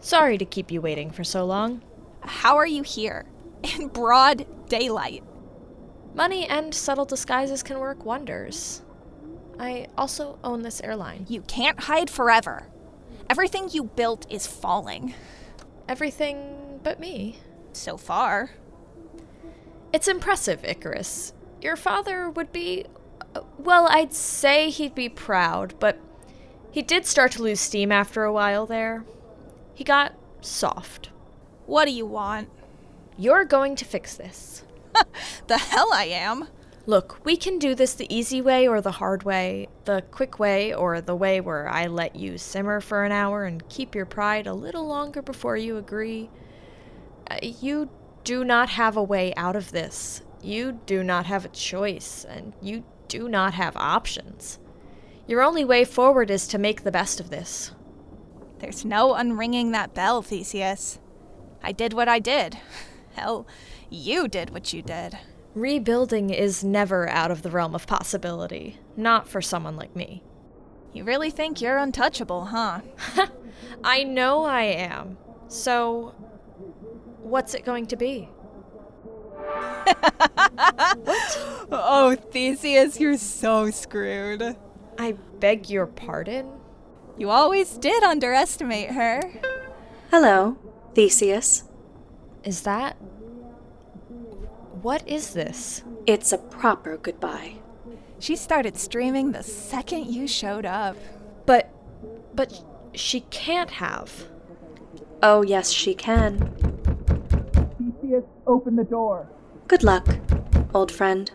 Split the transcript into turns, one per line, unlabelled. Sorry to keep you waiting for so long.
How are you here? In broad daylight.
Money and subtle disguises can work wonders. I also own this airline.
You can't hide forever. Everything you built is falling.
Everything but me.
So far.
It's impressive, Icarus. Your father would be. Well, I'd say he'd be proud, but he did start to lose steam after a while there. He got soft.
What do you want?
You're going to fix this.
the hell I am.
Look, we can do this the easy way or the hard way, the quick way or the way where I let you simmer for an hour and keep your pride a little longer before you agree. Uh, you do not have a way out of this. You do not have a choice, and you do not have options. Your only way forward is to make the best of this.
There's no unringing that bell, Theseus. I did what I did. Hell, you did what you did.
Rebuilding is never out of the realm of possibility, not for someone like me.
You really think you're untouchable, huh?
I know I am. So, what's it going to be?
Oh, Theseus, you're so screwed.
I beg your pardon?
You always did underestimate her.
Hello, Theseus.
Is that. What is this?
It's a proper goodbye.
She started streaming the second you showed up.
But. But she can't have.
Oh, yes, she can.
Theseus, open the door.
Good luck, old friend.